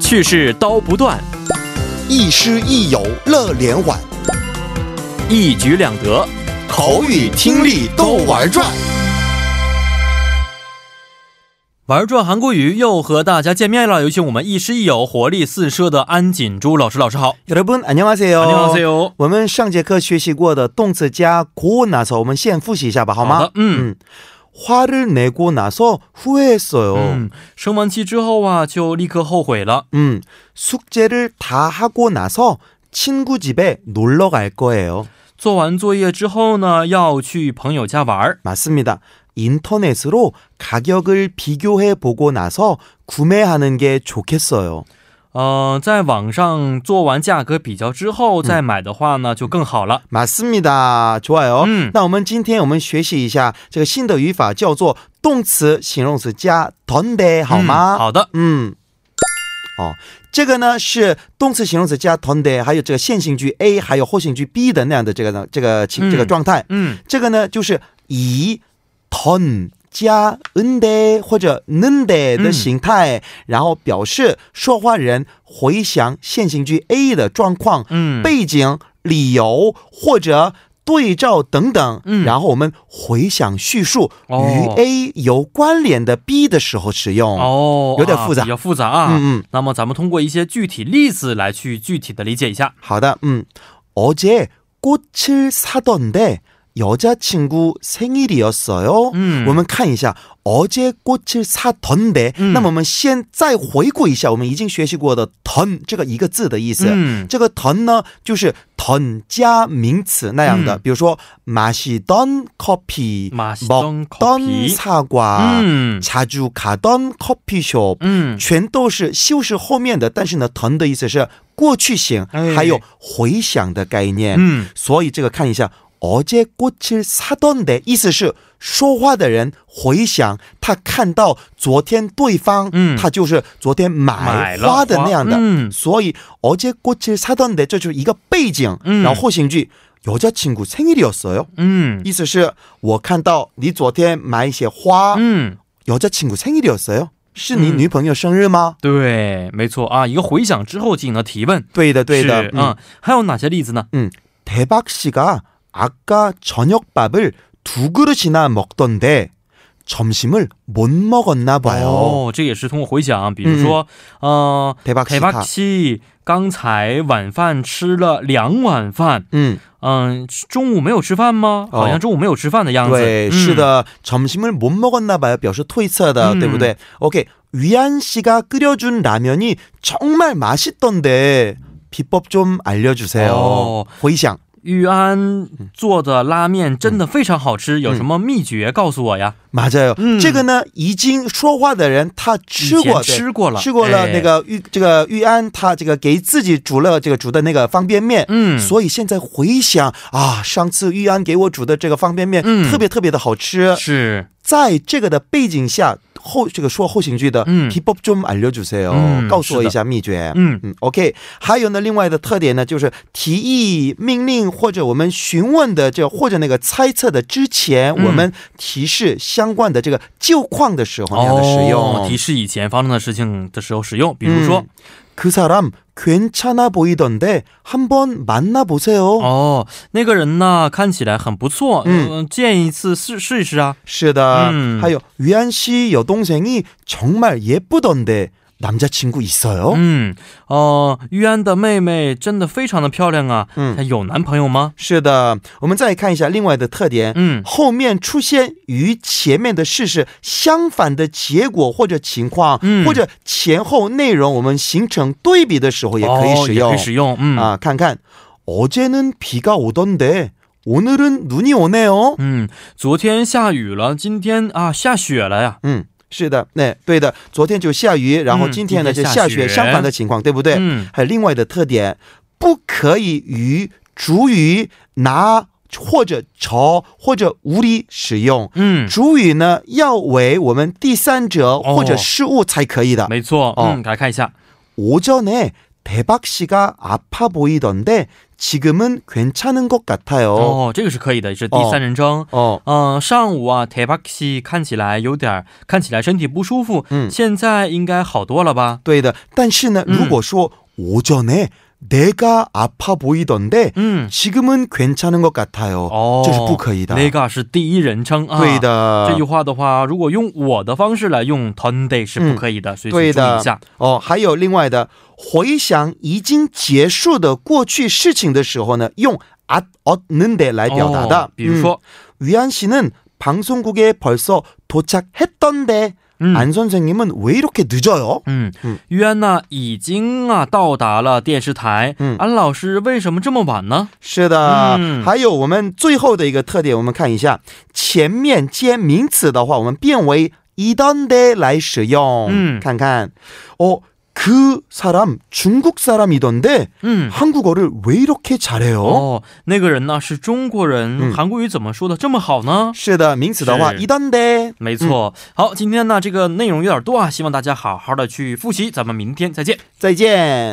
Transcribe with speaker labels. Speaker 1: 去世刀不断，
Speaker 2: 亦师亦友乐连环，
Speaker 1: 一举两得。
Speaker 2: 口语听力都玩转。
Speaker 1: 玩转韩国语又和大家见面了，有请我们亦师亦友、活力四射的安锦珠老师。老师好，
Speaker 3: 여러분 안녕하세요.
Speaker 1: 안녕하세요.
Speaker 3: 我们上节课学习过的动词加고나서，我们先复习一下吧，好吗？ 음.
Speaker 1: 好的嗯
Speaker 3: 화를내고나서후회했어요。
Speaker 1: 嗯，生完气之后啊，就立刻后悔了。
Speaker 3: 음, 숙제를 다 하고 나서 친구 집에 놀러 갈 거예요.
Speaker 1: 做完作业之后呢，要去朋友家玩儿。
Speaker 3: 맞습니다. 인터넷으로 가격을 비교해 보고 나서 구매하는 게 좋겠어요.
Speaker 1: 呃，在网上做完价格比较之后再买的话呢，就更好了。
Speaker 3: 맞습니다. 좋아요.
Speaker 1: 음.
Speaker 3: 那我们今天我们学习一下这个新的语法，叫做动词形容词加던데，好吗？
Speaker 1: 好的，
Speaker 3: 嗯，哦，这个呢是动词、形容词加 donde，还有这个现行句 a，还有后行句 b 的那样的这个呢这个情
Speaker 1: 嗯
Speaker 3: 这个状态。
Speaker 1: 嗯，
Speaker 3: 这个呢就是以 ton 加 nde 或者 nde 的形态、然后表示说话人回想现行句 a 的状况、
Speaker 1: 嗯，
Speaker 3: 背景、理由或者。对照等等，
Speaker 1: 嗯
Speaker 3: 然后我们回想叙述与
Speaker 1: 哦
Speaker 3: A 有关联的 B 的时候使用。
Speaker 1: 哦，
Speaker 3: 有点
Speaker 1: 啊
Speaker 3: 复杂
Speaker 1: 比较复杂啊。
Speaker 3: 嗯嗯，
Speaker 1: 那么咱们通过一些具体例子来去具体的理解一下。
Speaker 3: 하다. 음. 嗯 어제 꽃을 사던데 여자친구 생일이었어요.
Speaker 1: 음.
Speaker 3: 我们看一下 어제 꽃을 사던데.
Speaker 1: 음.
Speaker 3: 那么我们先再回顾一下我们已经学习过的 던 这个一个字的意思。
Speaker 1: 嗯，
Speaker 3: 这个 던 呢，就是던加名词那样的，
Speaker 1: 嗯
Speaker 3: 比如说마시던 커피，
Speaker 1: 마시던 커피
Speaker 3: 사과，
Speaker 1: 嗯
Speaker 3: 자주가던 커피숍，
Speaker 1: 嗯，
Speaker 3: 全都是修饰后面的，但是呢，腾的意思是过去型，
Speaker 1: 哎
Speaker 3: 还有回想的概念。
Speaker 1: 嗯，
Speaker 3: 所以这个看一下，어제꽃을사던데，意思是说话的人回想他看到昨天对方，
Speaker 1: 嗯
Speaker 3: 他就是昨天
Speaker 1: 买
Speaker 3: 买
Speaker 1: 了
Speaker 3: 花的那样的。
Speaker 1: 嗯
Speaker 3: 所以어제꽃을사던데这就是一个背景，
Speaker 1: 嗯
Speaker 3: 然后后行句여자친구생일이었어요，
Speaker 1: 嗯
Speaker 3: 意思是我看到你昨天买一些花，
Speaker 1: 嗯，
Speaker 3: 여자친구생일이었어요，是你
Speaker 1: 嗯
Speaker 3: 女朋友生日吗？
Speaker 1: 对，没错啊，一个回想之后进行了提问。
Speaker 3: 对的，对的
Speaker 1: 是。嗯，还有哪些例子呢？
Speaker 3: 대박 씨가 아까 저녁밥을 두 그릇이나 먹던데 점심을 못 먹었나 봐요.
Speaker 1: 哦，这也是通过回想，比如说，呃，
Speaker 3: 대박씨
Speaker 1: 凯巴
Speaker 3: 가
Speaker 1: 西刚才晚饭吃了两碗饭，
Speaker 3: 음,
Speaker 1: 嗯、中午没有吃饭吗？
Speaker 3: 哦
Speaker 1: 好像中午没有吃饭的样子。
Speaker 3: 네,
Speaker 1: 嗯
Speaker 3: 是的. 점심을 못 먹었나 봐요. 表示推测的,
Speaker 1: 음.
Speaker 3: 对不对? 오케이. 위안 씨가 끓여준 라면이 정말 맛있던데 비법 좀 알려주세요.
Speaker 1: 어.
Speaker 3: 回想.
Speaker 1: 玉安做的拉面真的非常好吃，
Speaker 3: 嗯
Speaker 1: 有什么秘诀告诉我呀？
Speaker 3: 맞아요.
Speaker 1: 음.
Speaker 3: 这个呢，已经说话的人他吃过
Speaker 1: 以前吃过了，
Speaker 3: 吃过了
Speaker 1: 哎
Speaker 3: 那，个玉、这个玉安，他这个给自己煮了这个煮的那个方便面，
Speaker 1: 嗯，
Speaker 3: 所以现在回想啊，上次玉安给我煮的这个方便面、
Speaker 1: 嗯
Speaker 3: 特别特别的好吃。
Speaker 1: 是，
Speaker 3: 在这个的背景下，后这个说后行句的，
Speaker 1: 嗯
Speaker 3: p e o p l e 좀알려주세요，
Speaker 1: 嗯
Speaker 3: 告诉我
Speaker 1: 是的
Speaker 3: 一下秘诀。
Speaker 1: 嗯
Speaker 3: 嗯，OK。还有呢，另外的特点呢，就是提议、命令或者我们询问的这或者那个猜测的之前，
Speaker 1: 嗯
Speaker 3: 我们提示相关的这个旧况的时候那样的使用。
Speaker 1: 提示以前发生的事情的时候使用，比如说，
Speaker 3: 음, 그 사람 괜찮아 보이던데 한번 만나보세요.
Speaker 1: 哦，那个人呢看起来很不错，
Speaker 3: 嗯
Speaker 1: 嗯，见一次试试一试啊，
Speaker 3: 시다.
Speaker 1: 음.
Speaker 3: 하여 위안 씨 여동생이 정말 예쁘던데 남자친구 있어요?
Speaker 1: 嗯，哦、玉安的妹妹真的非常的漂亮啊，
Speaker 3: 嗯
Speaker 1: 她有男朋友吗？
Speaker 3: 是的，我们再看一下另外的特点。
Speaker 1: 嗯
Speaker 3: 后面出现与前面的事实相反的结果或者情况，
Speaker 1: 嗯
Speaker 3: 或者前后内容我们形成对比的时候也可以使
Speaker 1: 哦、也
Speaker 3: 用。
Speaker 1: 可以使用，嗯、
Speaker 3: 啊，看看，어제는비가오던데오늘은눈이오네요。
Speaker 1: 嗯，昨天下雨了，今天啊下雪了呀，
Speaker 3: 嗯， 음， 是的，那对的，昨天就下雨，然后
Speaker 1: 嗯
Speaker 3: 今天呢
Speaker 1: 今
Speaker 3: 就
Speaker 1: 天
Speaker 3: 下
Speaker 1: 下
Speaker 3: 雪，
Speaker 1: 雪
Speaker 3: 相反的情况，对不对？
Speaker 1: 嗯，
Speaker 3: 还有另外的特点，不可以与主语拿或者朝或者无理使用。
Speaker 1: 嗯，
Speaker 3: 主语呢要为我们第三者
Speaker 1: 哦
Speaker 3: 或者事物才可以的。
Speaker 1: 没错，
Speaker 3: 哦
Speaker 1: 嗯，来看一下，
Speaker 3: 오전에대박씨가아파보이던데집에가던데그사람괜찮아보이던데남자친구있어요 지금은 괜찮은 것 같아요.
Speaker 1: 哦，这个是可以的，是第三人称。
Speaker 3: 어,
Speaker 1: 嗯、上午啊，台巴克西看起来有点儿，看起来身体不舒服。
Speaker 3: 嗯
Speaker 1: 现在应该好多了吧？
Speaker 3: 对的.但是呢,
Speaker 1: 음.
Speaker 3: 如果说 오전에 내가 아파 보이던데
Speaker 1: 嗯，
Speaker 3: 지금은 괜찮은 것 같아요.
Speaker 1: 哦，
Speaker 3: 这是不可以的。
Speaker 1: 那个是第一人称啊。
Speaker 3: 对。的，
Speaker 1: 这句话的话，如果用我的方式来用 Sunday 是不可以的，所以请
Speaker 3: 嗯对
Speaker 1: 注意一下
Speaker 3: 的。哦。还有另外的，回想已经结束的过去事情的时候呢，用앗었는데
Speaker 1: 어,
Speaker 3: 来表达的。嗯
Speaker 1: 哦比如说，
Speaker 3: 위안씨는방송국에벌써도착했던데、
Speaker 1: 嗯
Speaker 3: 안선생님은왜이렇게늦어요？
Speaker 1: 嗯
Speaker 3: 嗯，
Speaker 1: 于安娜已经啊到达了电视台。
Speaker 3: 嗯
Speaker 1: 安老师为什么这么晚呢？
Speaker 3: 是的、
Speaker 1: 嗯
Speaker 3: 还有我们最后的一个特点，我们看一下，前面接名词的话，我们变为이던데来使用。
Speaker 1: 嗯
Speaker 3: 看看，哦，그사람중국사람이던데
Speaker 1: 嗯， 어。
Speaker 3: 한국어를 왜 이렇게 잘해요?
Speaker 1: 哦，那个人呢是中国人、
Speaker 3: 嗯
Speaker 1: 韩国语怎么说的这么好呢？
Speaker 3: 是的，名词的话，
Speaker 1: 是。
Speaker 3: 이던데.
Speaker 1: 没错、好，今天呢这个内容有点多啊，希望大家好好的去复习，咱们明天再见。
Speaker 3: 再见。